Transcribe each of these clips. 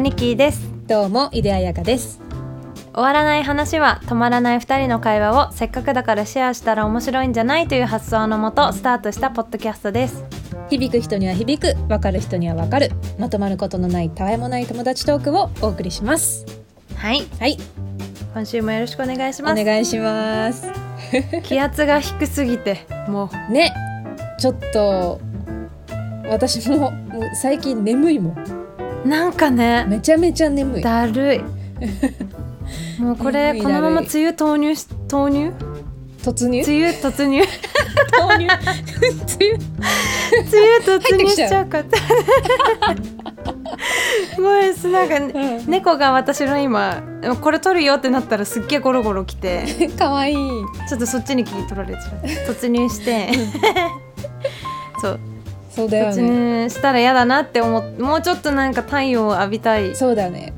ニキーですどうも井出彩香です終わらない話は止まらない2人の会話をせっかくだからシェアしたら面白いんじゃないという発想のもとスタートしたポッドキャストです響く人には響くわかる人にはわかるまとまることのないたわいもない友達トークをお送りしますはいはい今週もよろしくお願いしおます願いします気圧が低すぎてもねちょっと私ももう最近眠いもんうなんかねめちゃめちゃ眠いだるい もうこ眠れいこのままだるい梅雨投入 し投入突入梅雨突入投入梅雨梅雨突入って入きしちゃうちゃうかった すごいすなんか、ねう猫が私の今これ取るよってなったらすっげえゴロゴロ来てんかわいいちょっとそっちに聞き取られちゃう 突入してそうそうだよ突ね入したら嫌だなって思ってもうちょっとなんか太陽を浴びたい、そうだね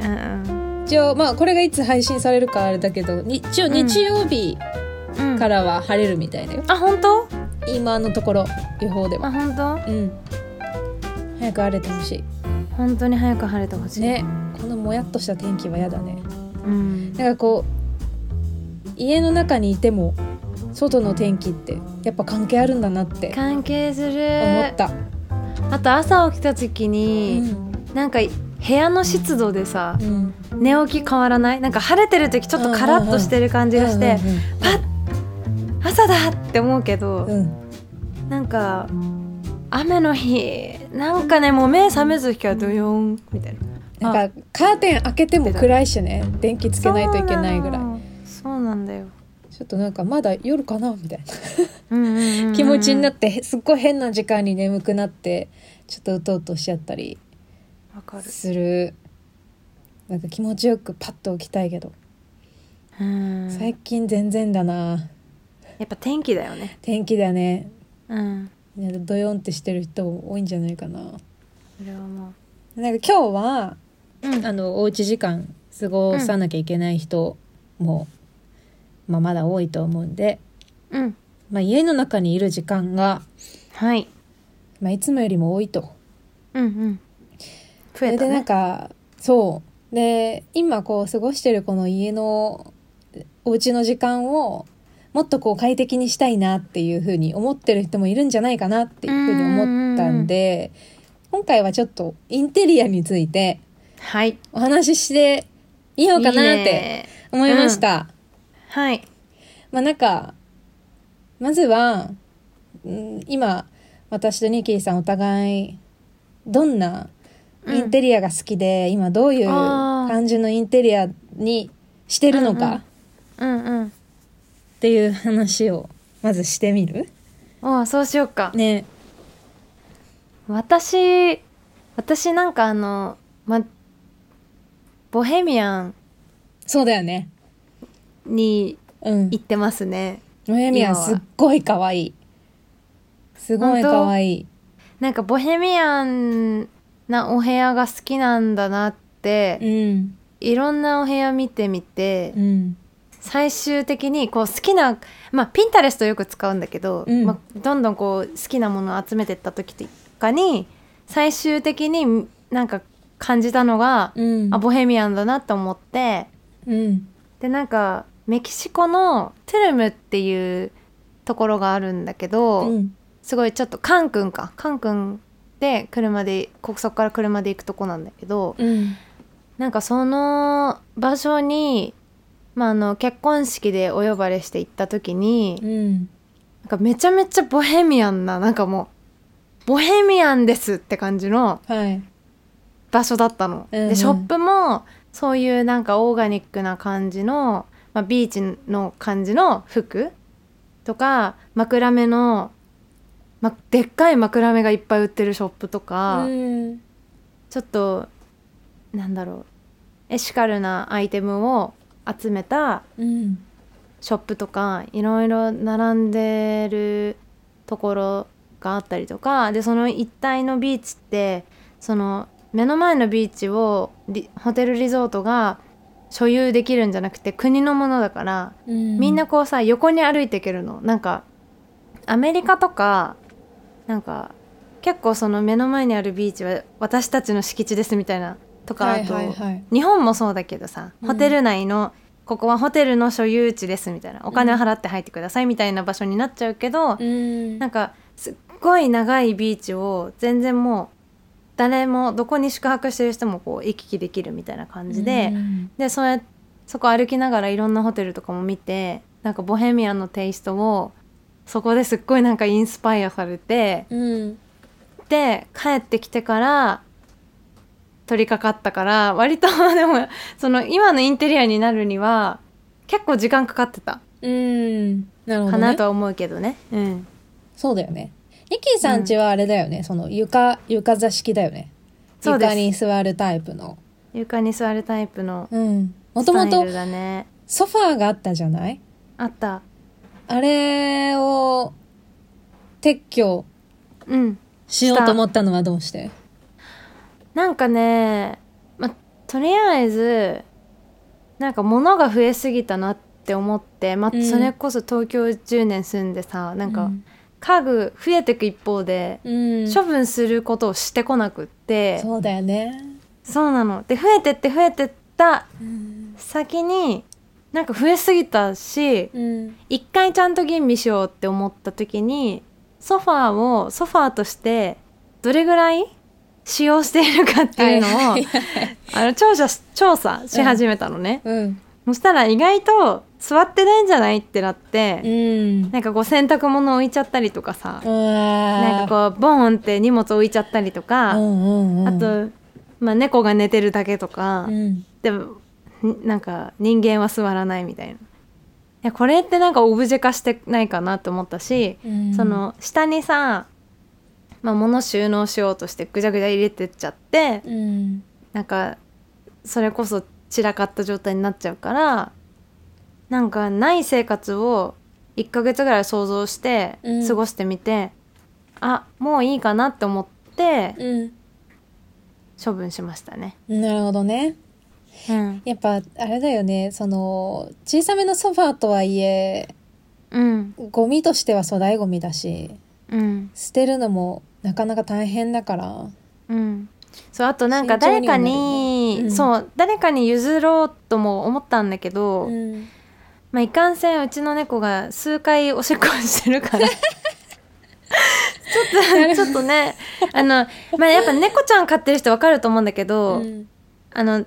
うんうん一応まあこれがいつ配信されるかあれだけどに一応日曜日うん、からは晴れるみたいだよ、あ本当今のところ予報ではあ本当うん早く晴れてほし本当に早く晴れてほしいい、ねこのもやっとした天気は嫌だねうん、なんかこう家の中にいても外の天気ってやっぱ関係あるんだなって関係す思るった、あと朝起きた時に、なんか部屋の湿度でさうんうん寝起き変わらないなんか晴れてる時ちょっとカラッとしてる感じがして、パッ朝だって思うけど、うんうんうんなんか雨の日なんかねもう目覚めず日からドヨーンみたいななんかカーテン開けても暗いしね電気つつけないといけないぐらいそうなんだよちょっとなんかまだ夜かなみたいなうんうんうんうん気持ちになってへすっごい変な時間に眠くなってちょっとうとうとしちゃったりわかるするなんか気持ちよくパッと起きたいけど、うん最近全然だなやっぱ天気だよね天気だねうんいやドヨンってしてる人多いんじゃないかななんかそれはも今日はううんあのおうち時間過ごさなきゃいけない人も、まあ、まだ多いと思うんで、うんまあ、家の中にいる時間が、はいまあ、いつもよりも多いと。うんうん増そえれたでなんねかそうで今こう過ごしてるこの家のお家の時間をもっとこう快適にしたいなっていうふうに思ってる人もいるんじゃないかなっていうふうに思ったんで今回はちょっとインテリアについてはいお話ししてみようかなってね思いました。はいまあなんかまずは、うん、今私とニキーさんお互いどんなインテリアが好きで、今どういうあー感じのインテリアにしてるのうんうんかうんうんっていう話をまずしてみるおうそうしようかね私私なんかあのまボヘミアンそうだよねにうん行ってますねノエミアン今はすっごい可愛いすごい可愛いなんかボヘミアンなお部屋が好きなんだなって、うんいろんなお部屋見てみて、うん最終的にこう好きなまあピンタレストよく使うんだけど、うんまあ、どんどんこう好きなものを集めてった時とかに最終的になんか感じたのが、うんあボヘミアンだなと思ってうんでなんかメキシコのトゥルムっていうところがあるんだけど、うんすごいちょっとカン君かカン君で車でこそこから車で行くとこなんだけどうんなんかその場所に、まあ、あの結婚式でお呼ばれして行った時にうんなんかめちゃめちゃボヘミアンななんかもうボヘミアンですって感じのはい場所だったの。うんうでんショップもそういうなんかオーガニックな感じの、まあ、ビーチの感じの服とか枕目の、ま、でっかい枕目がいっぱい売ってるショップとか、うんちょっとなんだろうエシカルなアイテムを集めたうんショップとかいろいろ並んでるところがあったりとかでその一帯のビーチってその目の前のビーチをリホテルリゾートが所有できるんじゃなくて国のものだからうんみんなこうさ横に歩いていけるのなんかアメリカとかなんか結構その目の前にあるビーチは私たちの敷地ですみたいなとかはあいと、はいはい日本もそうだけどさうんホテル内の、ここはホテルの所有地ですみたいなお金を払って入ってくださいみたいな場所になっちゃうけど、うんなんかすっごい長いビーチを全然もう誰もどこに宿泊してる人もこう行き来できるみたいな感じで、うんでそうやそこ歩きながらいろんなホテルとかも見てなんかボヘミアンのテイストをそこですっごいなんかインスパイアされてうんで帰ってきてから取り掛かったから割と でもその今のインテリアになるには結構時間かかってたうんなるほかど、なねと、は思うけどね。うん、そうだよねニキーさんちはあれだよね、その床床座敷だよねそうです床に座るタイプの床に座るタイプのうんもスとタもイとルだねソファーがあったじゃないあったあれを撤去うんしようと思ったのはどうしてなんかね、ま、とりあえずなんか物が増えすぎたなって思って、まうんそれこそ東京10年住んでさなんか家具増えてく一方で、うん、うん処分することをしてこなくってそうそうだよね、なの。で増えてって増えてった先になんか増えすぎたしうん一回ちゃんと吟味しようって思った時にソファーをソファーとしてどれぐらい使用しているかっていうのを、はいあの調査し調査し始めたのね、うんそしたら意外と座ってないんじゃないってなって、うんなんかこう洗濯物置いちゃったりとかさ、なんんかこうボーンって荷物置いちゃったりとか、うんうんうん、あと、まあ、猫が寝てるだけとか、うん、でもんなんか人間は座らないみたいないやこれってなんかオブジェ化してないかなと思ったし、うんその下にさ、まあ、物収納しようとしてぐちゃぐちゃ入れてっちゃって、うんなんかそれこそ散らかった状態になっちゃうからなんかない生活を1ヶ月ぐらい想像してうん過ごしてみて、あもういいかなって思ってうん処分しましたね。なるほどねうん、やっぱあれだよねその小さめのソファーとはいえうん、ゴミとしては粗大ゴミだしうん、捨てるのもなかなか大変だからうん。そうあとなんか誰かに慎重にはなるそねうんう誰かに譲ろうとも思ったんだけど、うんまあいかんせんうちの猫が数回おしっこしてる からちょっとちょっとねあの、まあ、やっぱ猫ちゃん飼ってる人わかると思うんだけど、うんあの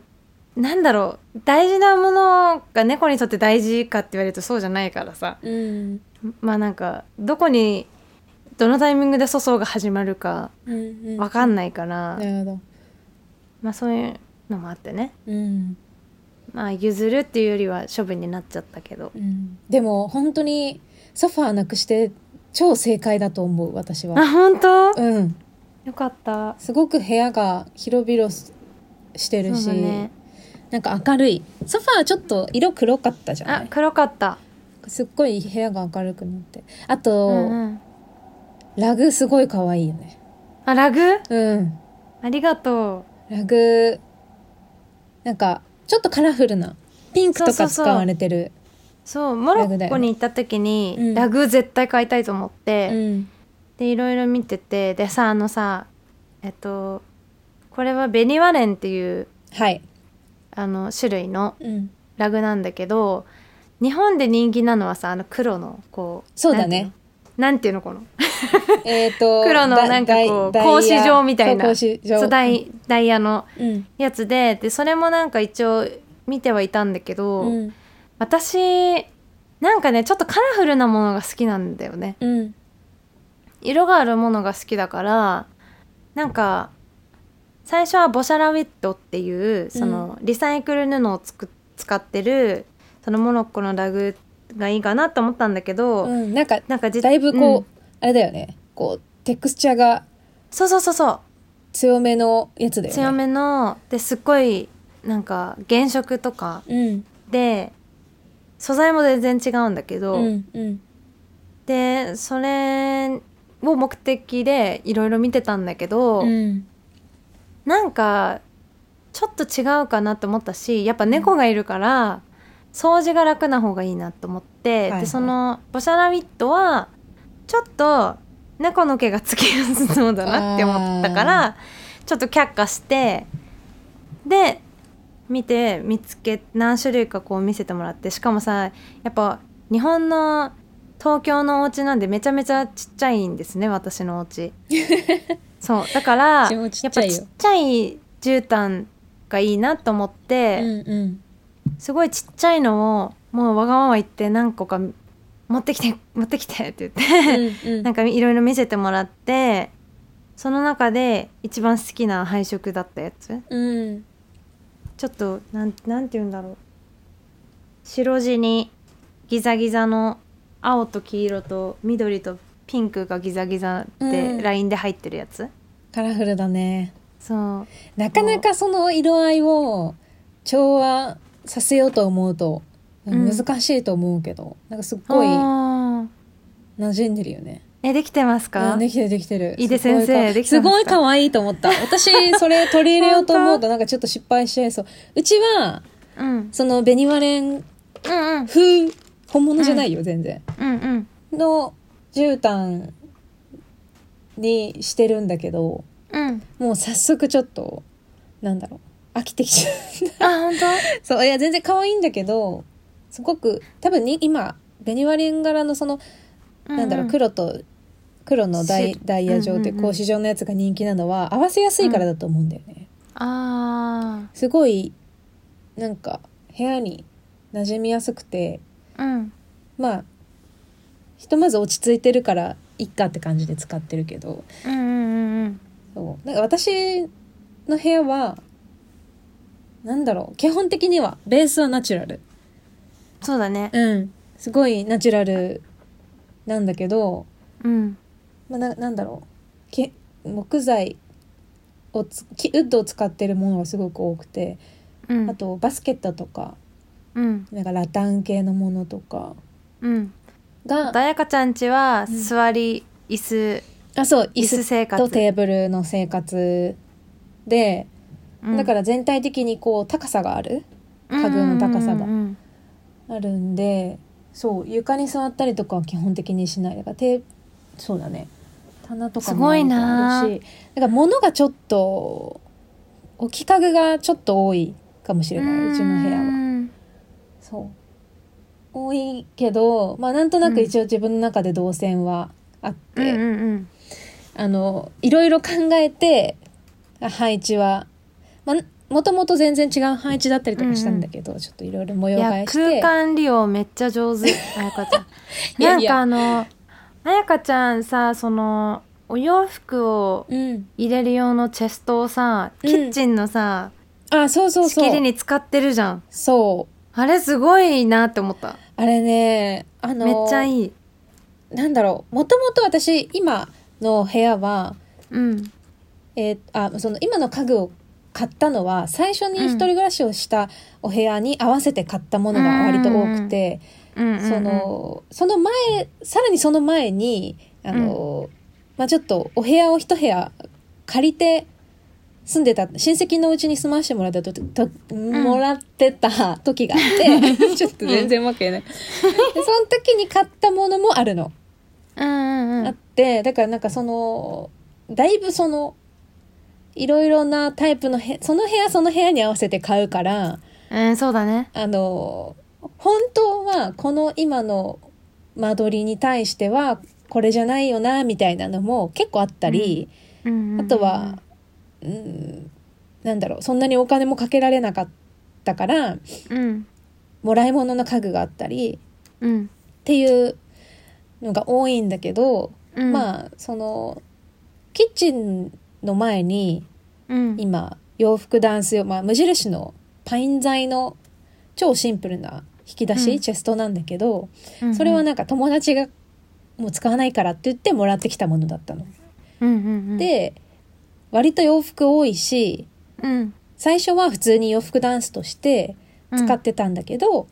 なんだろう大事なものが猫にとって大事かって言われるとそうじゃないからさうんまあなんかどこにどのタイミングで粗相が始まるかうんわかんないないから、なるほまあそういうのもあってねどうんまあ譲るっていうよりは処分になっちゃったけどうんでも本当にソファーなくして超正解だと思う私あは本当、うんよかったすごく部屋が広々すしてるそうし、だねなんか明るいソファーちょっと色黒かったじゃなあい黒かったすっごい部屋が明るくなってあと、うんうんラグすごい可愛いよねあラグうんありがとラグなんかちょっとカラフルなピンクとそうかそ使うそうわれてるうそうモロラグだッよコねに行った時にラうグ,、ん絶対買いたいと思って、うんでいろいろ見ててでさあのさえっとこれはベニワレンっていうはいあの種類のうんラグなんだけど日本で人気なのはさあの黒のこうそうだねなんていうのなんていうのこのえっ と黒のだなんかこうダイ格子状みたいなそう格子状そうダイダイヤのうんやつででそれもなんか一応見てはいたんだけど、うん私なんかねちょっとカラフルなものが好きなんだよねうん色があるものが好きだからなんか最初はボシャラウィットっていうそのリサイクル布をつく使ってるそのモロッコのラグがいいかなと思ったんだけど、うんなんかなんかじだいぶこう、んあれだよねこうテクスチャーがそうそうそうそ強めのやつだうよね強めのですっごいなんか原色とかうんで素材も全然違うんだけど、うんうんでそれを目的でいろいろ見てたんだけど、うんなんかちょっと違うかなと思ったしやっぱ猫がいるから掃除が楽な方がいいなと思って、いはいでそのボシャラビットはちょっと猫の毛がつきやすそうだなって思ったからちょっと却下してで見て見つけ何種類かこう見せてもらってしかもさやっぱ日本の東京のお家なんでめちゃめちゃちっちゃいんですね私のお 家そうだからうちやもっちっちゃぱいよちっちゃい絨毯がいいなと思って、うんうんすごいちっちゃいのをもうわがまま言って何個か持ってきて持ってきてって言って、うんうんなんかいろいろ見せてもらってその中で一番好きな配色だったやつうんちょっとなんなんて言うんだろう白地にギザギザの青と黄色と緑とピンクがギザギザうでんラインで入ってるやつ、カラフルだねそうなかなかその色合いを調和させようと思うとうん難しいと思うけど、なんかすっごいあー馴染んでるよね。えできてますうかんできてるできてる。井出すごい先生できてすますかごい可愛いと思った。私それ取り入れようと 思うとなんかちょっと失敗しちゃいそう。うちはうんうんそのベニワレンうん風本物じゃないよ、全然うんうんの絨毯にしてるんだけど、うんもう早速ちょっとなんだろう飽きてきちゃう。あ本当 そう、いや、全然可愛いんだけど、すごく、多分に、今、ベニワリン柄のその、なんだろう、黒と、黒のダイしダイヤ状ってうんうんうん格子状のやつが人気なのは、合わせやすいからだと思うんだよね。あすごい、なんか、部屋に馴染みやすくて、あうんまあ、ひとまず落ち着いてるから、いっかって感じで使ってるけど、うんうんうんそう。なんか私の部屋は、なんだろう、基本的には、ベースはナチュラル。そうだねうん、すごいナチュラルなんだけど、うんまあ、ななんだろうけ木材をつ木ウッドを使ってるものがすごく多くてうんあとバスケットとかうんなんかラタン系のものとかうんがだやかちゃんちはうん座り椅子あそう椅子椅子生と活テーブルの生活で、だから全体的にこう高さがある家具の高さがうんうんあるんでそう床に座ったりとかは基本的にしないだからてそうだね棚とかもすごいなああるしだから物がちょっと置き家具がちょっと多いかもしれうないうちの部屋はんそう多いけどまあなんとなく一応自分の中で動線はあって、うんうんうんあのいろいろ考えてあ配置はまあもともと全然違う配置だったりとかしたんだけど、ちょっといろいろ模い様替やえして空間利用めっちゃ上手あやかちゃん いやいやなんかあのあやかちゃんさそのお洋服をうん入れる用のチェストをさ、うんキッチンのさあそうそう仕そう切りに使ってるじゃんそう。あれすごいなって思ったあれね、あの、めっちゃいいなんだろう。もともと私、今の部屋は、うんえーあ、その、今の家具を買ったのは、最初に一人暮らしをしたお部屋に合わせて買ったものが割と多くて、うんうんうんその、その前、さらにその前に、あの、まあ、ちょっと、お部屋を一部屋借りて、住んでた、親戚のうちに住まわしてもらったと、と、もらってた時があって、 ちょっと全然わけない。でその時に買ったものもあるの。うんうんうんあって、だからなんかその、だいぶその、いろいろなタイプのへ、その部屋その部屋に合わせて買うから、うんそうだねあの、本当はこの今の間取りに対しては、これじゃないよな、みたいなのも結構あったり、うんうんうんあとは、うん、なんだろう、そんなにお金もかけられなかったから、うんもらい物の家具があったり、うんっていうのが多いんだけど、うんまあそのキッチンの前にうん今洋服ダンス用、まあ、無印のパイン材の超シンプルな引き出し、うんチェストなんだけど、それはなんか友達がもう使わないからって言ってもらってきたものだったの。うんうんうんで割と洋服多いしうん最初は普通に洋服ダンスとしてうん使ってたんだけど、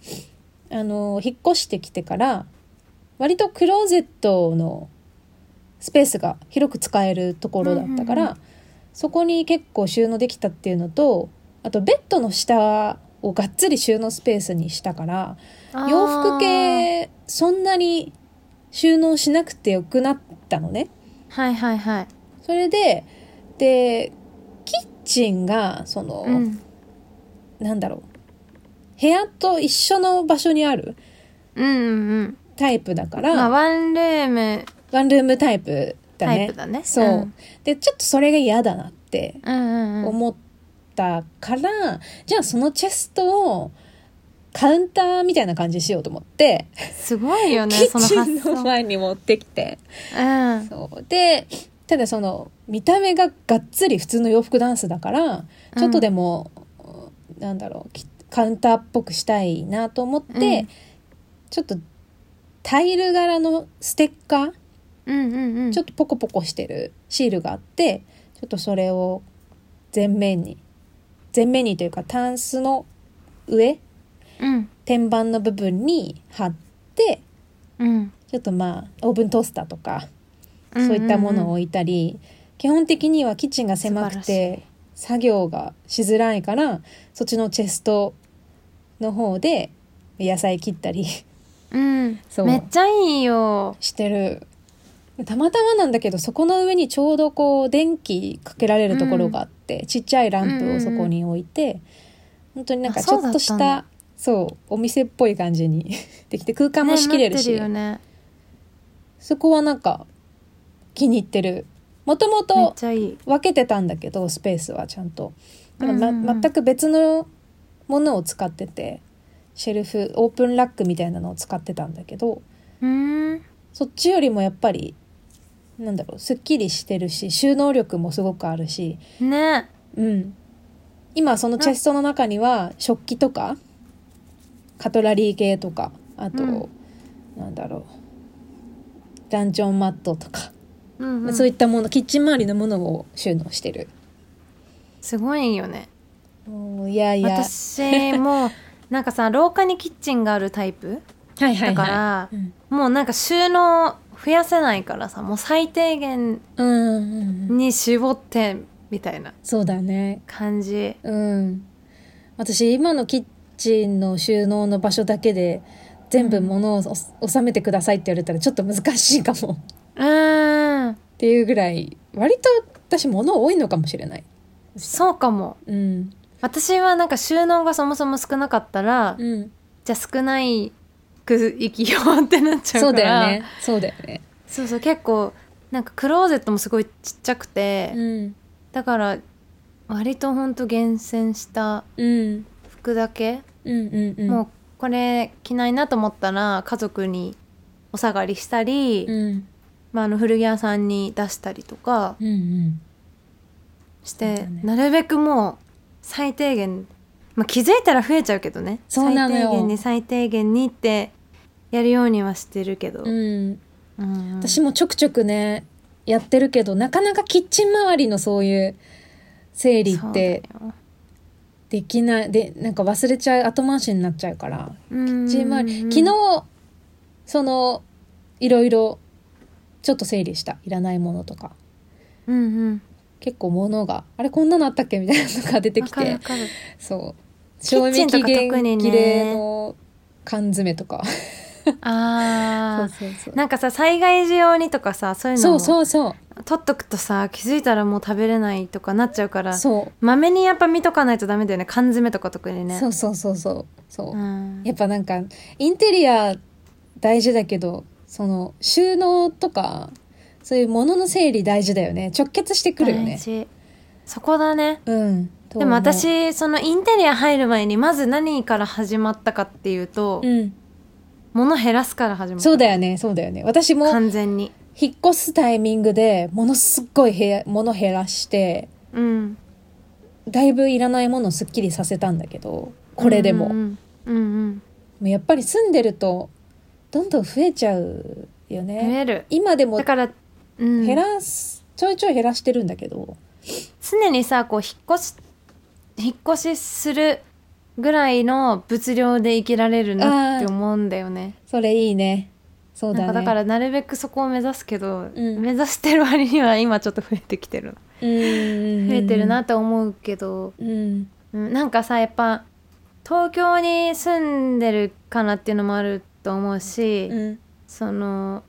あの引っ越してきてから割とクローゼットのスペースが広く使えるところだったから、うんうんそこに結構収納できたっていうのとあとベッドの下をがっつり収納スペースにしたから洋服系そんなに収納しなくてよくなったのね。あーはいはいはいそれででキッチンがその、うんなんだろう部屋と一緒の場所にあるうんうんうんタイプだかまあらワンルームワンルームタイプだタねイプだねそう、でちょっとそれが嫌だなってうんうんうん思ったから、じゃあそのチェストをカウンターみたいな感じにしようと思って、すごいよねキそのッチ発ン想の前に持ってきてうんそうでただその見た目ががっつり普通の洋服ダンスだからちょっとでも、なんだろうきカウンターっぽくしたいなと思って、うんちょっとタイル柄のステッカーうんうんうんちょっとポコポコしてるシールがあってちょっとそれを前面に前面にというかタンスの上うん天板の部分に貼ってうんちょっとまあオーブントースターとかうんうんそういったものを置いたり、基本的にはキッチンが狭素く晴らて作業がしづらいからそっちのチェストの方で野菜切ったり うんそうめっちゃいいよしてるたまたまなんだけどそこの上にちょうどこう電気かけられるところがあって、ちっちゃいランプをそこに置いて、本当になんかあちそうょだっったとんだしたそうお店っぽい感じに できて空間も仕切れるし、ね、待ってそこはなんか気に入ってるもともるよねめっとちゃいい分けてたんだけどスペースはちゃんと、だからうんうんまうん全く別のものを使っててシェルフオープンラックみたいなのを使ってたんだけどうんそっちよりもやっぱりなんだろうすっきりしてるし収納力もすごくあるし、ねうん、今そのチェストの中には食器とかカトラリー系とかあと、うんなんだろうランチョンマットとか、うんうんそういったものキッチン周りのものを収納してる。すごいよねもういやいや私 もなんかさ廊下にキッチンがあるタイプはいはいはい、だからうん、もうなんか収納増やせないからさもう最低限うんうんうんに絞ってみたいなそうだね感じうん私今のキッチンの収納の場所だけで全部物をお収めてくださいって言われたらちょっと難しいかも っうーんていうぐらい割と私物多いのかもしれないそうかもうん私はなんか収納がそもそも少なかったら、うんじゃあ少ないく生きようってなっちゃうからそうだよねそうだよねそうそう結構なんかクローゼットもすごいちっちゃくて、うんだから割とほんと厳選したうん服だけ、うんうんうんもうこれ着ないなと思ったら家族にお下がりしたり、うんまあ、あの古着屋さんに出したりとかうんうんして、そうだねなるべくもう最低限、まあ、気づいたら増えちゃうけどねそうなのよ最低限に最低限にってやるようにはしてるけど、うんうんうん私もちょくちょくねやってるけどなかなかキッチン周りのそういう整理そうっだよてできないでなんか忘れちゃう後回しになっちゃうからうんチーム周り昨日そのいろいろちょっと整理したいらないものとかうんうん結構物があれこんなのあったっけみたいなのが出てわきかるわてかるそうキ賞ッチ味ンと期か限特にね切れの缶詰とかそあうーそうそうなんかさ災害時用にとかさそういうのそうもそうそう取っとくとさ気づいたらもう食べれないとかなっちゃうからそうまめにやっぱ見とかないとダメだよね缶詰とか特にねそうそうそうそうそううんやっぱなんかインテリア大事だけどその収納とかそういう物の整理大事だよね直結してくるよ大ね事そこだねうんとで思うも私そのインテリア入る前にまず何から始まったかっていうと、うん物減らすから始まったそうだよねそうだよね私も完全に引っ越すタイミングでものすっごい部屋物減らしてうんだいぶいらないものをすっきりさせたんだけどこれでうも,、んうんうんやっぱり住んでるとどんどん増えちゃうようん減ねれる今でもだから、うん、減らす、ちょいちょい減らしてるんだけど常にさこう引っ越し引っ越しするぐらいの物量で生きられるなって思うんだよねそれいいねそうなだねんかだからなるべくそこを目指すけど、うん目指してる割には今ちょっと増えてきてるうんうんうん増えてるなって思うけど、うんうん、なんかさやっぱ東京に住んでるからっていうのもあると思うし、うんその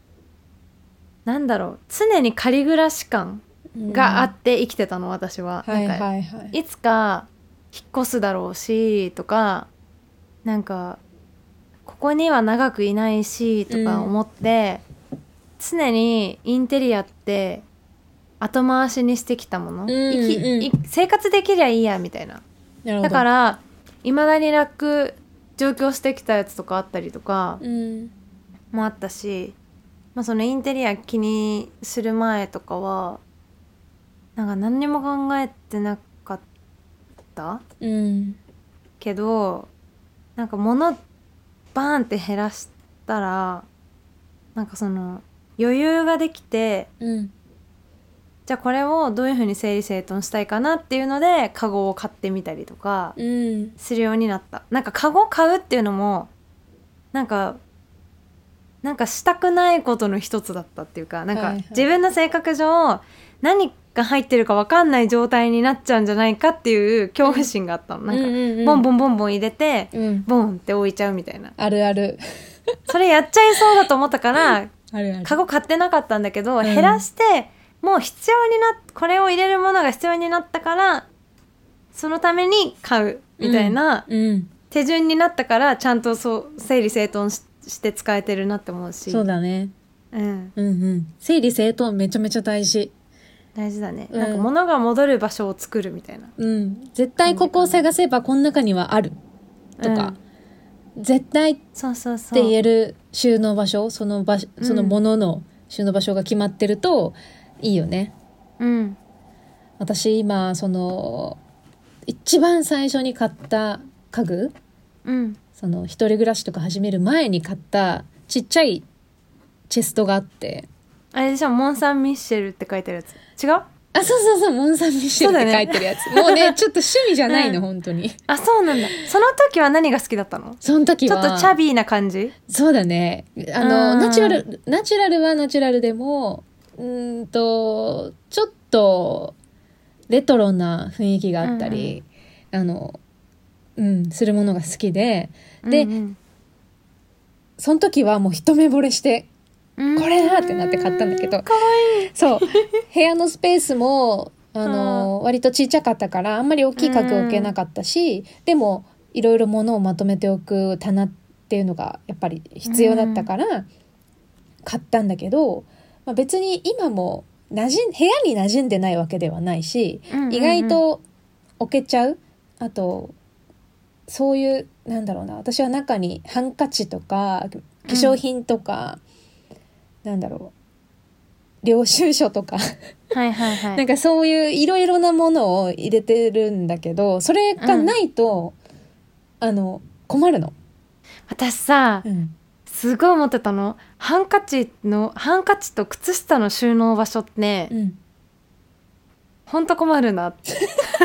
なんだろう常に仮暮らし感うんがあって生きてたの私は。はいなんかはいはいいつか引っ越すだろうしとかなんかここには長くいないしとか思って、常にインテリアって後回しにしてきたもの、ん生きうんい生活できりゃいいやみたいななるほどだからいまだに楽上京してきたやつとかあったりとかうんもあったし、まあ、そのインテリア気にする前とかはなんか何にも考えてなかったうんけどなんか物バーンって減らしたらなんかその余裕ができてうんじゃあこれをどういうふうに整理整頓したいかなっていうのでカゴを買ってみたりとかうんするようになったなんかカゴ買うっていうのもなんかなんかしたくないことの一つだったっていうかなんはいかはい自分の性格上何が入ってるか分かんない状態になっちゃうんじゃないかっていう恐怖心があったのなんかうんボンボンンボンボン入れてうんボンって置いちゃうみたいなあるあるそれやっちゃいそうだと思ったからあるあるカゴ買ってなかったんだけど、うん減らしてもう必要になっこれを入れるものが必要になったからそのために買うみたいなうん手順になったからちゃんとそう整理整頓しして使えてるなって思うしそうだねうん、うんうん整理整頓めちゃめちゃ大事大事だね、うんなんか物が戻る場所を作るみたいなうん絶対ここを探せばこの中にはあるとか、絶対っそうそうそうて言える収納場所その場所うんそのものの収納場所が決まってるといいよね、うん私今その一番最初に買った家具うんその一人暮らしとか始める前に買ったちっちゃいチェストがあってあれでしょモン・サン・ミッシェルって書いてあるやつ違うあそうそうそうモン・サン・ミッシェルって書いてるやつ、も うねちょっと趣味じゃないの、うん本当にあそうなんだその時は何が好きだったのその時ちょはっとチャビーな感じそうだねあのうんナチュラルナチュラルはナチュラルでもうーんとちょっとレトロな雰囲気があったり、あのうんするものが好きででうんその時はもう一目惚れしてうんこれだってなって買ったんだけどうかわいいそう 部屋のスペースもあの割とちっちゃかったからあんまり大きい家具置けなかったし、でもいろいろ物をまとめておく棚っていうのがやっぱり必要だったから買ったんだけど、まあ、別に今も馴染ん部屋に馴染んでないわけではないしうんうんうん意外と置けちゃうあとそういうなんだろうな私は中にハンカチとか化粧品とか、なんだろう領収書とかはいはいはいなんかそういういろいろなものを入れてるんだけど、それがないと、あの、困るの。私さうん。すごい思ってたのハンカチのハンカチと靴下の収納場所ってね、うん。ほんと困るなって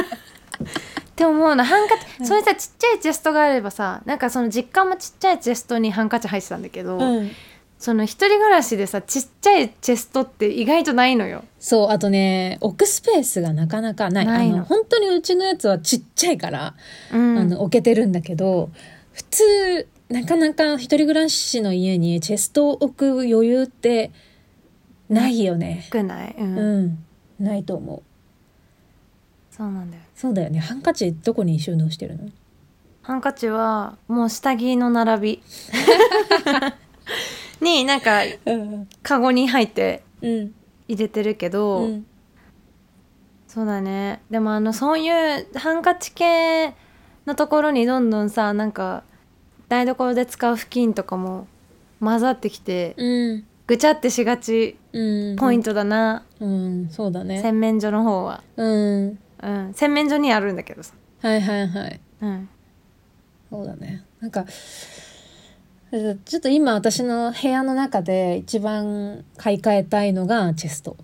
って思うのハンカチ、うんそういうさちっちゃいチェストがあればさなんかその実家もちっちゃいチェストにハンカチ入ってたんだけど、うん。その一人暮らしでさちっちゃいチェストって意外とないのよそう、あとね、置くスペースがなかなかない。ないのあの、本当にうちのやつはちっちゃいから、うんあの、置けてるんだけど、普通、なかなか一人暮らしの家にチェストを置く余裕ってないよね。少ない、うんうん。ないと思う。そうなんだよそうだよね。ハンカチどこに収納してるのハンカチはもう下着の並び になんかうん。カゴに入ってうん。入れてるけど、うん。そうだねでもあのそういうハンカチ系のところにどんどんさなんか台所で使う布巾とかも混ざってきてうん。ぐちゃってしがちうん。ポイントだな、うん、そうだね。洗面所の方は、うん。うん、洗面所にあるんだけどさ、はいはいはい。うん、そうだね。なんか、えちょっと今私の部屋の中で一番買い替えたいのがチェスト。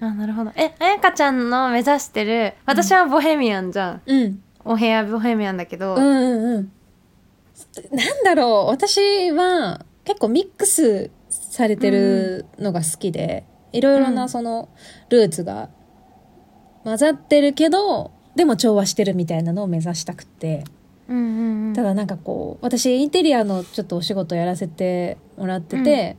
あなるほどえあやかちゃんの目指してる私はボヘミアンじゃん、うん。お部屋ボヘミアンだけど、うんうんうん。なんだろう。私は結構ミックスされてるのが好きで、いろいろうんなそのルーツが混ざってるけど、でも調和してるみたいなのを目指したくて。うんうんうんただなんかこう私インテリアのちょっとお仕事やらせてもらってて、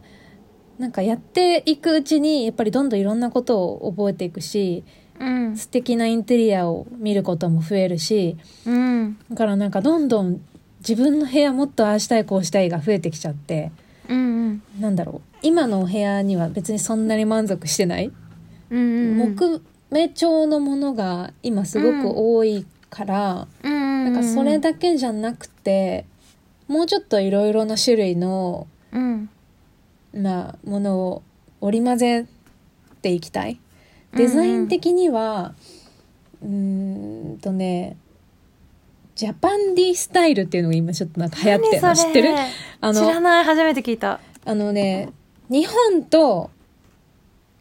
なんかやっていくうちにやっぱりどんどんいろんなことを覚えていくしうん素敵なインテリアを見ることも増えるしうんだからなんかどんどん自分の部屋もっとああしたいこうしたいが増えてきちゃってうんなんだろう今のお部屋には別にそんなに満足してない、うんうん木目調のものが今すごく多いから、ななんかそれだけじゃなくてもうちょっといろいろな種類の、うんまあ、ものを織り交ぜていきたい。デザイン的にはうーんとねジャパンディスタイルっていうのが今ちょっとなんか流行ってるの何そ知れってるあ知らのない初めて聞いたあのね日本と、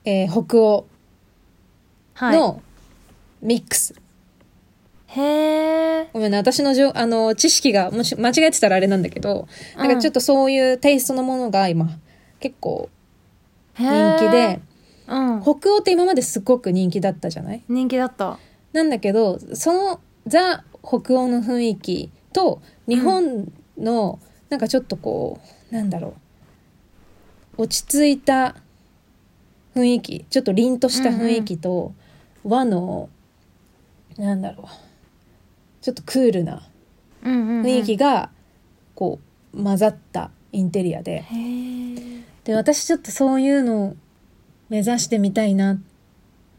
えー北欧はいのミックス、へえごめんな私のじょあの知識がもし間違えてたらあれなんだけど、なんかちょっとそういうテイストのものが今結構人気でうん北欧って今まですごく人気だったじゃない人気だったなんだけどそのザ北欧の雰囲気と日本のなんかちょっとこうなんだろう落ち着いた雰囲気ちょっと凛とした雰囲気と和のなんだろうちょっとクールな雰雰囲気がこう混ざったインテリアでへえで私ちょっとそういうのを目指してみたいなっ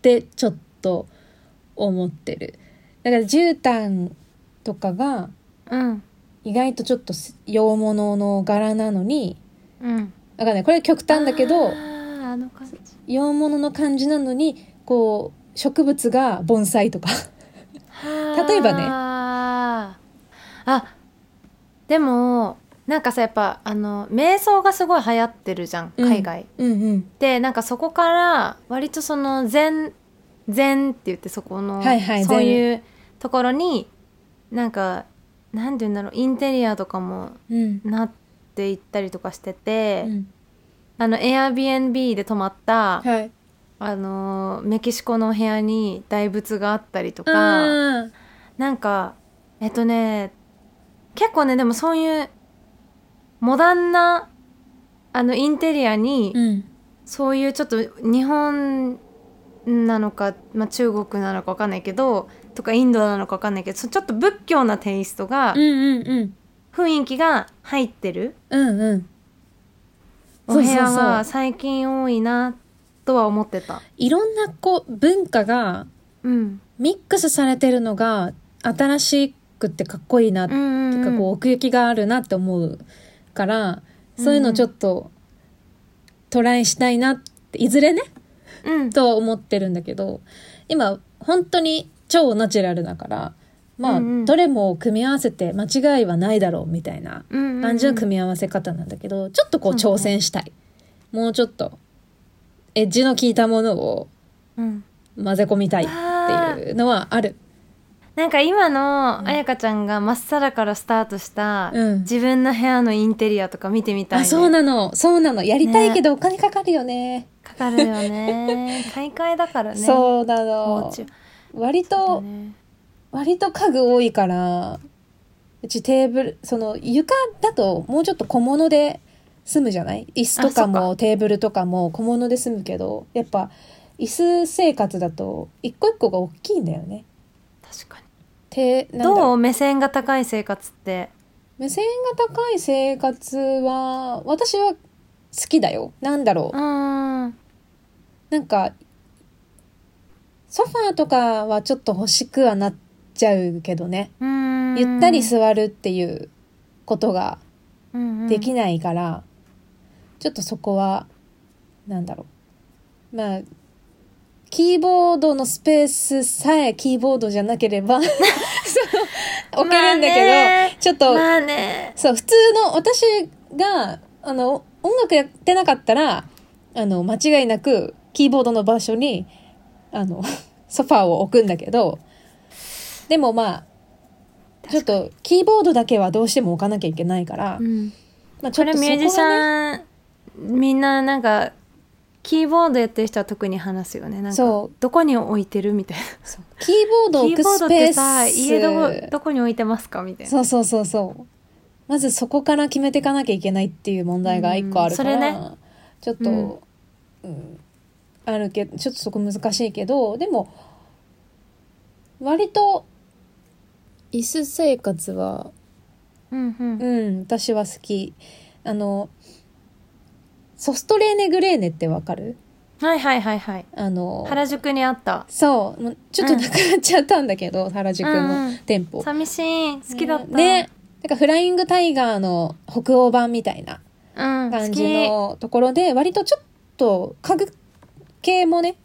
てちょっと思ってるだから絨毯とかがうん意外とちょっと洋物の柄なのにうんだからねこれは極端だけあどーあの感じ洋物の感じなのにこう植物が盆栽とか例えばねあーあでもなんかさやっぱあの瞑想がすごい流行ってるじゃんうん海外、うんうんでなんかそこから割とその禅禅って言ってそこの、はいはいそういうところになんかなんて言うんだろうインテリアとかもうんなっていったりとかしてて、うんあの Airbnb で泊まった、はいあのメキシコのお部屋に大仏があったりとあか。ーなんかえっとね結構ねでもそういうモダンなあのインテリアに、うんそういうちょっと日本なのか、まあ、中国なのかわかんないけどとかインドなのかわかんないけどそちょっと仏教なテイストが、うんうんうん雰囲気が入ってるうんうんおそう部そうそう屋が最近多いなとは思ってた。いろんなこう文化がうん、ミックスされてるのが新しくってかっこいいな、うんうんうんてかこう奥行きがあるなって思うからそういうのちょっとトライしたいなっていずれねうんとは思ってるんだけど今本当に超ナチュラルだからまあ、うんうんどれも組み合わせて間違いはないだろうみたいなうんうんうん感じの組み合わせ方なんだけどちょっとこう挑戦したい、もうちょっとエッジの効いたものをうん混ぜ込みたいっあていうのはある。なんか今うんの彩香ちゃんがまっさらからスタートしたうん自分の部屋のインテリアとか見てみたい、ねあそうなのそうなのやりたいけどお金かかるよねかかるよね 買い替えだからねうそうなおの家割と、ね割と家具多いからうちテーブルその床だともうちょっと小物で済むじゃない椅子とかあそもテーブルとかも小物で済むけどやっぱ椅子生活だと一個一個が大きいんだよね確かにてなんだろどうう目線が高い生活って目線が高い生活は私は好きだよなんだろううーんなんか、ソファーとかはちょっと欲しくはなっちゃうけどね。うーんゆったり座るっていうことができないないから、ちょっとそこは、なんだろう。まあ、キーボードのスペースさえキーボードじゃなければ、 その置けるんだけど、まあねちょっと、まあねそう、普通の私が、あの、音楽やってなかったら、あの、間違いなく、キーボードの場所に、あの、 ソファーを置くんだけど、でもまあ、ちょっと、キーボードだけはどうしても置かなきゃいけないから、うんまあちょこれっとそこミは、ューね、ジシャンみんななんかキーボードやってる人は特に話すよねなんかそうどこに置いてるみたいなそうキーボードをキ置ーくボードスっペーてス。さ家どこどこに置いてますかみたいなそうそうそうそう。まずそこから決めていかなきゃいけないっていう問題が一個あるから、うんそれねちょっと、うんあるけどちょっとそこ難しいけどでも割と椅子生活はうんうんうん私は好きあのソストレーネグレーネってわかるはいはいはいはいあの原宿にあったそうもうちょっとうんなくなっちゃったんだけど、原宿うんうのん店舗、寂しい好きだったねなんかフライングタイガーの北欧版みたいなうん好感きじのところで割とちょっと家具系もね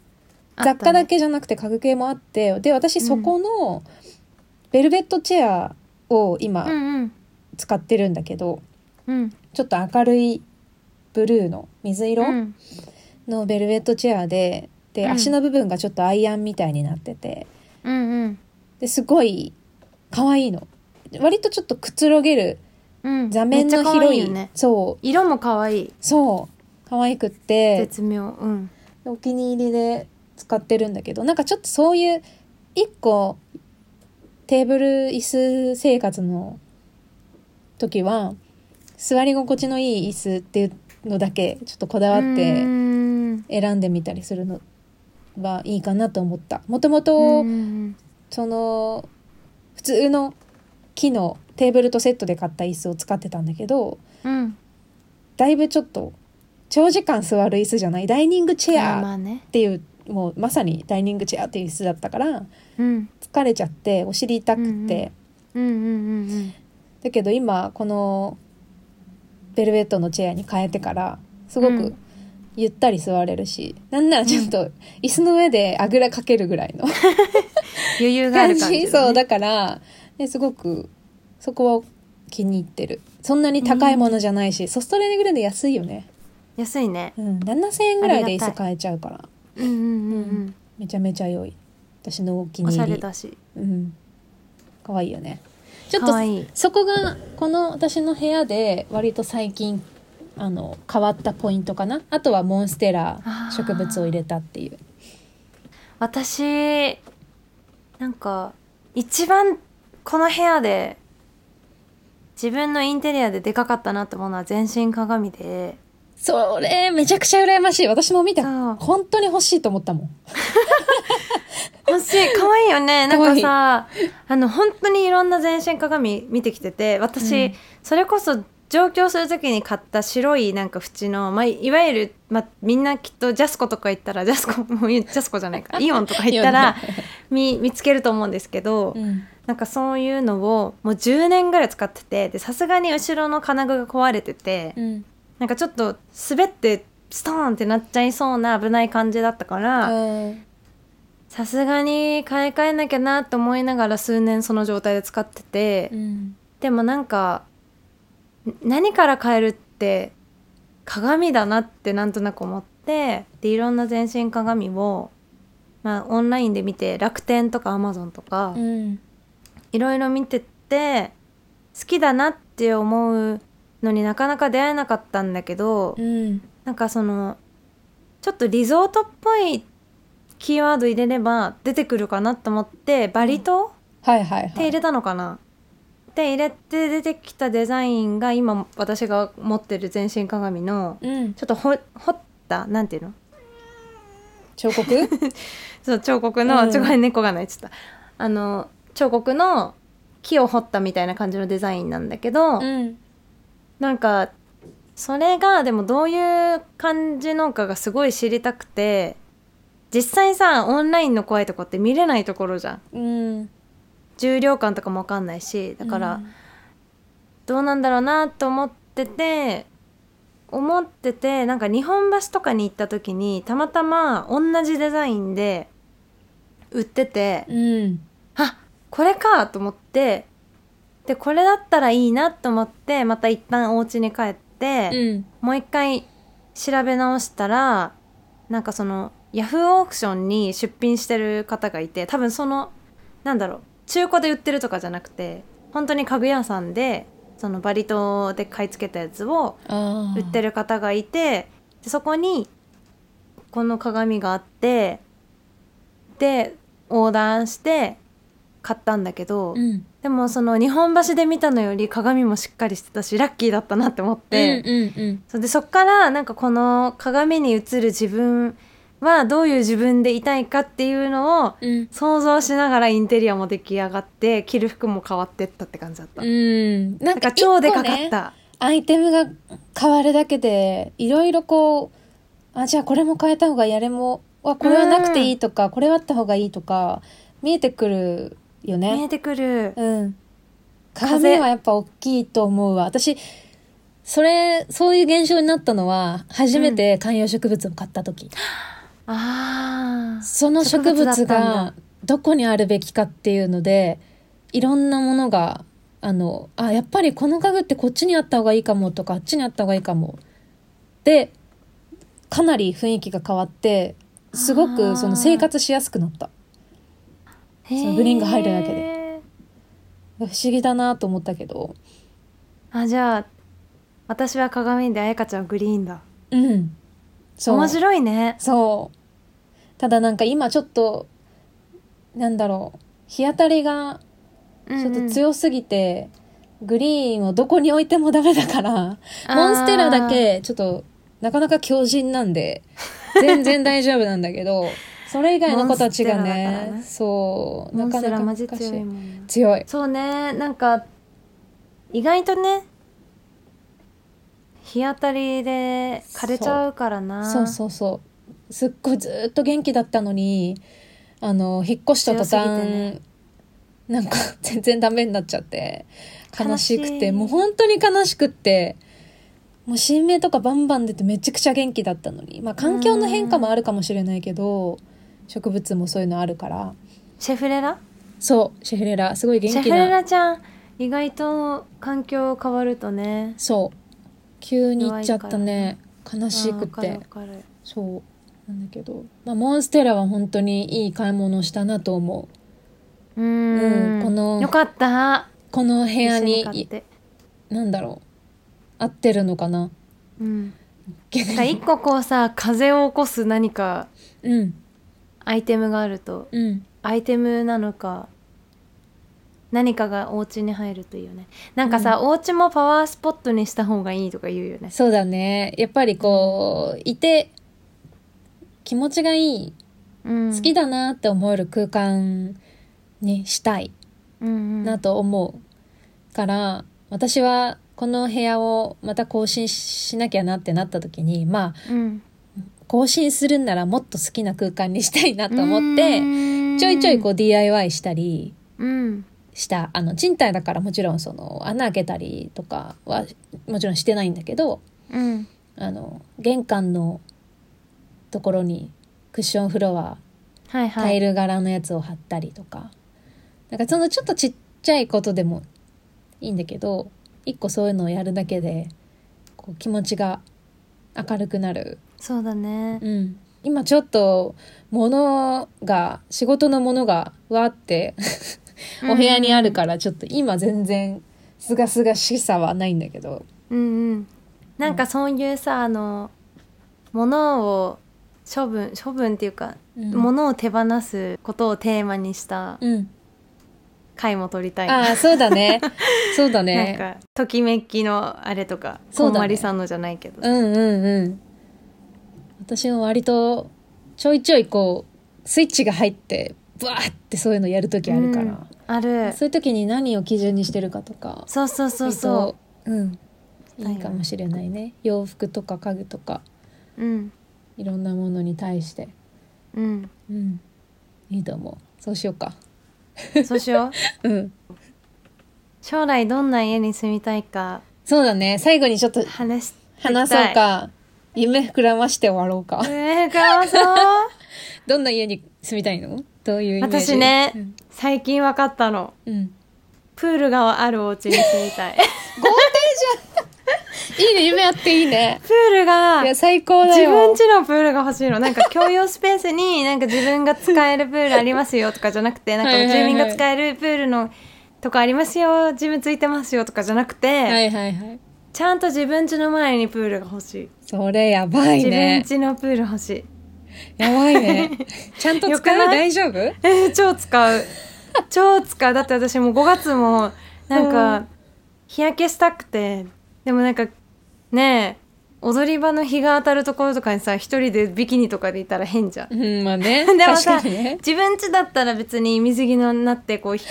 あったね雑貨だけじゃなくて家具系もあってで私そこのベルベットチェアをう今んうん使ってるんだけど、うんちょっと明るいブルーの水色うんのベルベットチェアででうん足の部分がちょっとアイアンみたいになっててうんですごい可愛いの割とちょっとくつろげるうん座面のめっちゃ可広愛いいよねそう色も可愛いそう可愛くって絶妙うんお気に入りで使ってるんだけどなんかちょっとそういう一個テーブル椅子生活の時は座り心地のいい椅子っていうのだけちょっとこだわっうてん選んでみたりするのはいいかなと思ったもともうとんその普通の木のテーブルとセットで買った椅子を使ってたんだけどうんだいぶちょっと長時間座る椅子じゃないダイニングチェまアあまあねっていうもうまさにダイニングチェアっていう椅子だったからうん疲れちゃってお尻痛くて、うんうんうんうんうんだけど今このベルベットのチェアに変えてからすごうくんゆったり座れるし、なんならちょっと椅子の上であぐらかけるぐらい の余裕があ感るじ感じ そうだねだからですごくそこは気に入ってるそんなに高いものじゃないし、ソストレネグレーで安いよね、安いねうん、7000円ぐらいであり椅がたい子買えちゃうからうんうんうんうんめちゃめちゃ良い私のお気おにしゃ入れりだしうん。可愛いよね。ちょっ可と、愛いそこが、この私の部屋で、割と最近、あの、変わったポイントかな。あとはモンステラあー植物を入れたっていう。私なんか一番この部屋で自分のインテリアででかかったなって思うのは全身鏡でそれ、めちゃくちゃ羨ましい。私も見そた。う本当に欲しいと思ったもん。欲しい可愛いよ ねなん可愛かいさあの本当にいろんな全身鏡見てきてて私、うんそれこそ上京する時に買った白いなんか縁の、まあ、いわゆる、まあ、みんなきっとジャスコとか行ったらジャスコもうジ ャスコじゃないかイオンとか行ったら見見つけると思うんですけど、うん。なんかそういうのをもう10年ぐらい使っててでさすがに後ろの金具が壊れてて、うん。なんかちょっと滑ってストーンってなっちゃいそうな危ない感じだったからうんさすがに買い替えなきゃなと思いながら数年その状態で使ってて、うん。でもなんかん何から変えるって鏡だなってなんとなく思ってでいろんな全身鏡を、まあ、オンラインで見て楽天とかアマゾンとか。うん。いろいろ見てって好きだなって思うのになかなか出会えなかったんだけど、うん。なんかそのちょっとリゾートっぽいキーワード入れれば出てくるかなと思ってバリ島はいはっいては入い。れたのかな、で入れて出てきたデザインが今私が持ってる全身鏡のうん。ちょっとほ彫ったなんていうの彫 刻そう彫刻うの、んちょごめん猫が鳴いちゃったあの彫刻の木を彫ったみたいな感じのデザインなんだけど、うん。なんかそれがでもどういう感じのかがすごい知りたくて実際さオンラインの怖いとこって見れないところじゃんうん。重量感とかも分かんないしだから、うんどうなんだろうなと思ってて思っててなんか日本橋とかに行った時にたまたま同じデザインで売ってて、うん。あこれかと思ってでこれだったらいいなと思ってまた一旦お家に帰って、うん。もう一回調べ直したらなんかそのヤフーオークションに出品してる方がいて多分そのなんだろう中古で売ってるとかじゃなくて本当に家具屋さんでそのバリ島で買い付けたやつをああ。売ってる。る方がいてでそこにこの鏡があってでオーダーして買ったんだけど、うん。でもその日本橋で見たのより鏡もしっかりしてたしラッキーだったなって思って。うんうんうん。そうでそっからなんかこの鏡に映る自分はどういう自分でいたいかっていうのをうん。想像しながらインテリアも出来上がって着る服も変わってったって感じだった、うん。ななんんかか超超ででかかかかっ。ったた、アイテムが変わるだけで、いろいろこう、あ、じゃあこれも変えた方がいい、あれも、わ、これはなくていいとか、これはあった方がいいとか、見えてくるよね。見えてくるうん。風鏡はやっぱ大きいと思うわ。私、それ、そういう現象になったのは、初めて観葉植物を買った時。あーその植植物物だったんがどこにあるべきかっていうので、いろんなものが、あの、あ、やっぱりこの家具ってこっちにあった方がいいかもとか、あっちにあった方がいいかも。で、かなり雰囲気が変わって、すごあくーその生活しやすくなった。そのグリーンが入るだけでで不思議だなと思ったけど。あじゃあ私は鏡であやかちゃんはグリーンだうん。そう。面白いねそう。ただなんか今ちょっと、なんだろう、日当たりがちょっと強すぎて、グリーンをどこに置いてもダメだから、モンステラだけちょっとなかなか強靭なんで、全然大丈夫なんだけど、それ以外の子たちがモンステラだからね、ねそう、モなンかステなラかマ難しジい。強いもんね強い。そうねなんか意外とね日当たりで枯れちゃうからなそうそうそう。すっごいずーっと元気だったのに、あの、引っ越した途強端、すぎてねなんか全然ダメになっちゃって、悲しく、悲していもう本当に悲しくって、もう新芽とかバンバン出てめちゃくちゃ元気だったのに、まあ環境の変化もあるかもしれないけど、植物もそういうのあるから、シェフレラそう、シェフレラ、すごいシ元ェフ気レな、ラちゃん意外と環境変わるとねそう、急に行っちゃったね、悲悲しくて。るそうなんだけど、まあ、モンステラは本当にいい買い物をしたなと思うううんんこのよかったこの部部屋に買って、なんだろう合ってるのかなうん、なんか一個こうさ風を起こす何かうんアイテムがあるとうんアイテムなのか何かがお家に入るといいよねなんかさ、お家もパワースポットにした方がいいとか言うよねそうだねやっぱりこういて気持ちがいいうん好きだなって思える空間にしたいうんうんなと思うから私はこの部屋をまた更新しなきゃなってなった時にまあうん更新するんならもっと好きな空間にしたいなと思ってちょいちょいこう DIY したりううんした、あの、賃貸だからもちろんその、穴開けたりとかは、もちろんしてないんだけど、うんあの、玄関のところにクッションフロア、はいはいタイル柄のやつを貼ったりとか、なんかそのちょっとちっちゃいことでもいいんだけど、一個そういうのをやるだけで、こう気持ちが明るくなるそうだねうん、今ちょっと物が仕事のものがわーってお部屋にあるからちょっと今全然すがすがしさはないんだけどうんうんなんかそういうさあの物を処分処分っていうか、うん物を手放すことをテーマにしたうん回も撮りたいなああそうだねそうだ なんねかときめきのあれとか、そこうだんねまりさんのじゃないけど、うんうんうん私も割とちょいちょいこうスイッチが入ってブワーってそういうのやるときあるかうんら、あるそういう時に何を基準にしてるかとかそうそうそうそううんだよいいかもしれないね洋服とか家具とかううんいろんなものに対してうんうんいいと思うそうしようかそうし よううん将来どんな家に住みたいかそうだね最後にちょっと話し話そうか夢膨らまして終わろうかえー、かわそうどんな家に住みたいのどういうイメージ私ね、うん最近わかったのうんプールがあるお家に住みたい いいね夢あっていいねプールがいや最高だ自分よ家のプールが欲しいのなんか共用スペースになんか自分が使えるプールありますよとかじゃなくてなんかはいはいはい住民が使えるプールのとかありますよジムついてますよとかじゃなくて、はいはいはいちゃんと自分家の前にプールが欲しいそれやばい自分ね家のプール欲しいやばい ねちゃんとよく使うない大丈夫えー、超使 う超使うだって私もう5月もなんうか日焼けしたくてでもなんかねえ踊り場の日が当たるところとかにさ一人でビキニとかでいたら変じゃんうん、まあ ね。でも確さ、かにね。自分家だったら別に水着になってこうひ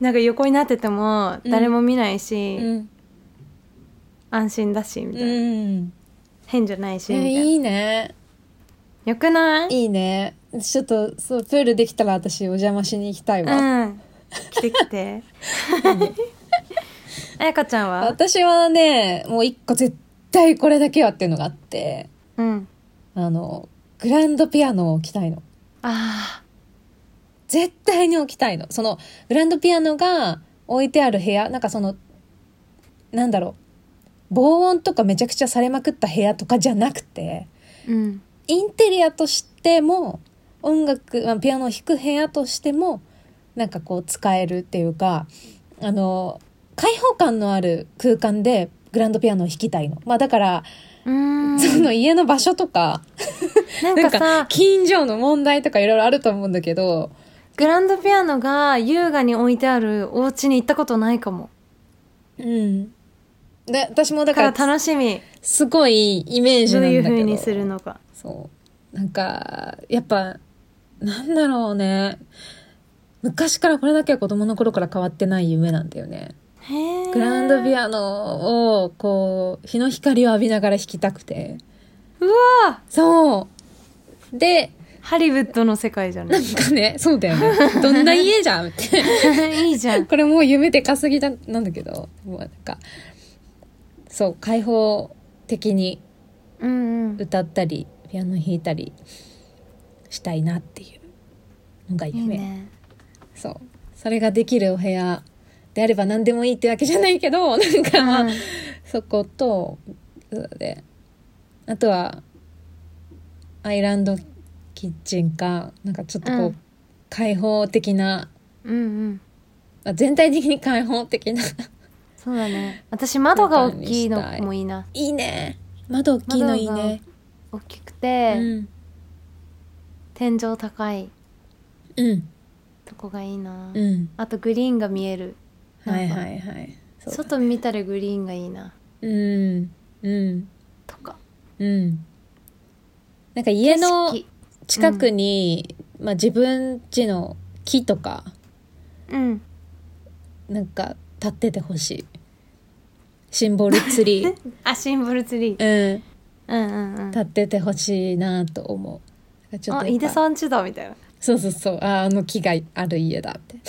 なんか横になってても誰も見ないし、うん。安心だしみたいな、うん。変じゃないしみたえいな、いいね。よくないいいね。ちょっと、そう、プールできたら私お邪魔しに行きたいわ。うん来て来 てあやかちゃんは私はね、もう一個絶対これだけはっていうのがあって、うんあの、グランドピアノを置きたいの。あ絶対に置きたいの。その、グランドピアノが置いてある部屋、なんかその、なんだろう、防音とかめちゃくちゃされまくった部屋とかじゃなくて、ーうんインテリアとしても、音楽、まあピアノを弾く部屋としても、なんかこう使えるっていうか、あの、開放感のある空間でグランドピアノを弾きたいの。まあだから、うーんその家の場所とか、ななんんかかさ近所の問題とかいろいろあると思うんだけど、グランドピアノが優雅に置いてあるお家に行ったことないかもうん。で、私もだだか、からら楽しみすごいイメージどなんうだいけうど。風にするのかそう。なんか、やっぱ、なんだろうね。昔からこれだけは子供の頃から変わってない夢なんだよね。へグランドビアアノを、こう、日の光を浴びながら弾きたくて。うわそう。で、ハリウッドの世界じゃないなんかね、そうだ よね。どんな家じゃんって。いいじゃんこれもう夢でかすぎだなんだけど、もうなんか、そう、開放的にうんうん歌ったりピアノ弾いたりしたいなっていうのがいい夢ねそうそれができるお部屋であれば何でもいいってわけじゃないけど なんか、まあうんそことそうであとはアイランドキッチンかなんかちょっとこう、うん開放的な、うんうんまあ、全体的に開放的な そうだね私窓が大きいのもいいないいね窓大きいのいいね、大きくうて、ん、天井高いうんとこがいいな、うんあとグリーンが見えるはいはいはいそうだ外見たらグリーンがいいなうんうんとかうん。なんか家の景色近くに、まあ自分家の木とか、うんなんか立っててほしい。シンボルツ リー。あシンボルツリーうん。うんうんう立っててほしいなと思う。なんかちょんっとあやっぱ井出さん家だみたいなそうそうそう。あ、あの木がある家だって。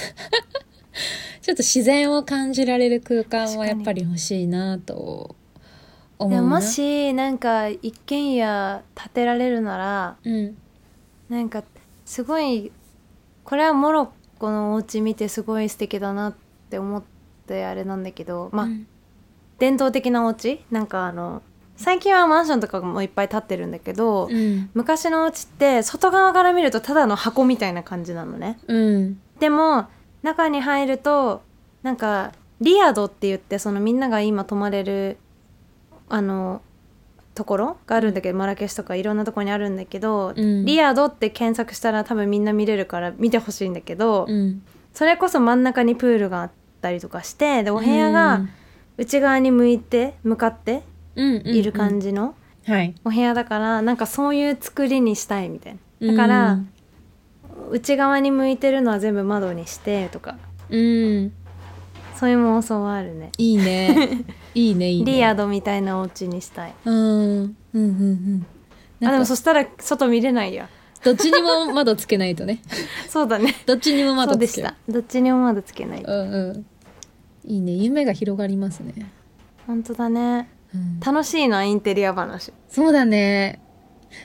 ちょっと自然を感じられる空間はやっぱり欲しいなと思うでな。ももしなんか一軒家建てられるならうん。なんかすごいこれはモロッコのお家見てすごい素敵だなって思ってあれなんだけどまあ、うん伝統的なお家なんかあの最近はマンションとかもいっぱい建ってるんだけど、うん。昔のお家って外側から見るとただの箱みたいな感じなのねうん。でも中に入るとなんかリアドって言ってそのみんなが今泊まれるあのところがあるんだけどマラケシュとかいろんなとこにあるんだけど、うんリアドって検索したら多分みんな見れるから見てほしいんだけど、うん。それこそ真ん中にプールがあったりとかしてでお部屋が内側に向いて向かっていいる感じの。じ。はい。お部屋だからなんかそういう作りにしたいみたいなうんだから、内側に向いてるのは全部窓にしてとかうん。そういう妄想はあるねい いね。いいね、いいね。リアドみたいなお家にしたいうん。うん、うん、うん。あでなんもかそ、したら外見れないやどっちにも窓つけないと ね。そうだねどっちにもそ 窓うでつしけるた。どっちにも窓つけないうん、うん。いいね。夢が広がりますね。本当だねうん、楽しいなインテリア話そうだね。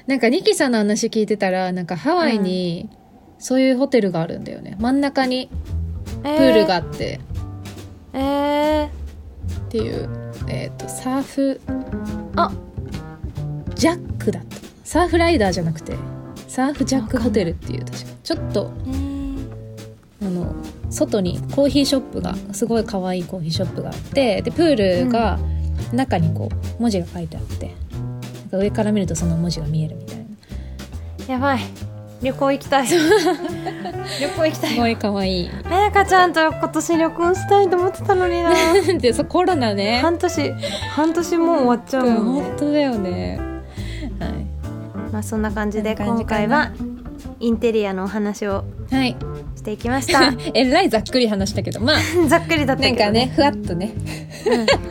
なんか、ニキさんの話聞いてたら、なんか、ハワイに、そういうホテルがあるんだよね。真ん中にププールがあって、えーえっていう、えっ、と、サーフ、あジャックだった。サーフライダーじゃなくて、サーフジャックホテルっていう、確か。ちょっと、ーえーあの外にコーヒーショップがすごい可愛いコーヒーショップがあってでプールが中にこう文字が書いてあってなんか上から見るとその文字が見えるみたいなやばい旅行行き たい旅行行きたすいごい可愛い 彩香ちゃんと今年旅行したいと思ってたのにな でそうコロナね半年半年もう終わっちゃうもんね本当だよねはまあそんな感じでこんな感じ今か回なはインテリアのお話をい、はい、していきました えらいざっくり話したけどまあざっくりだったなけんどかねふわっとね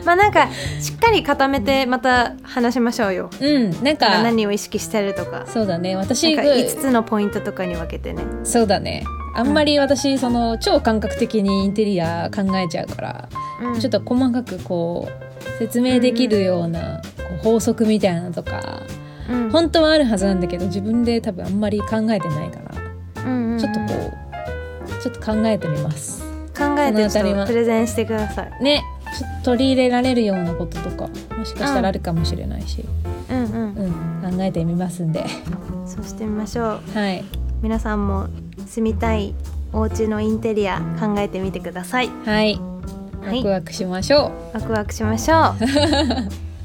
うんまあなんかしっかり固めてまた話しましょうようんなんか何を意識してるとかそうだねなん私か5つのポイントとかに分けてねそうだねあんまり私その超感覚的にインテリア考えちゃうから、うんちょっと細かくこう説明できるような、こう法則みたいなのとかうん本当はあるはずなんだけど自分で多分あんまり考えてないから、うんうんうんちょっとこうちょっと考えてみます考えてちそのあたりょっはとプレゼンしてくださいねちょっと取り入れられるようなこととかもしかしたらあるかもしれないし、うんうん考えてみますんでうんそうしてみましょうはい皆さんも住みたいお家のインテリア考えてみてくださいはいはワいクワクしましょワクワクしま しょう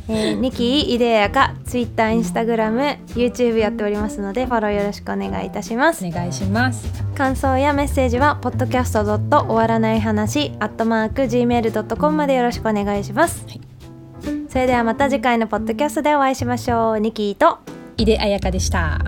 えー、ニキイイデアか Twitter、Instagram、YouTube やっておりますのでフォローよろしくお願いいたしますう、お願いします感想やメッセージは podcast. 終わらない話 gmail.com までよろしくお願いします、はいそれではまた次回のポッドキャストでお会いしましょうニキーと井出彩香でした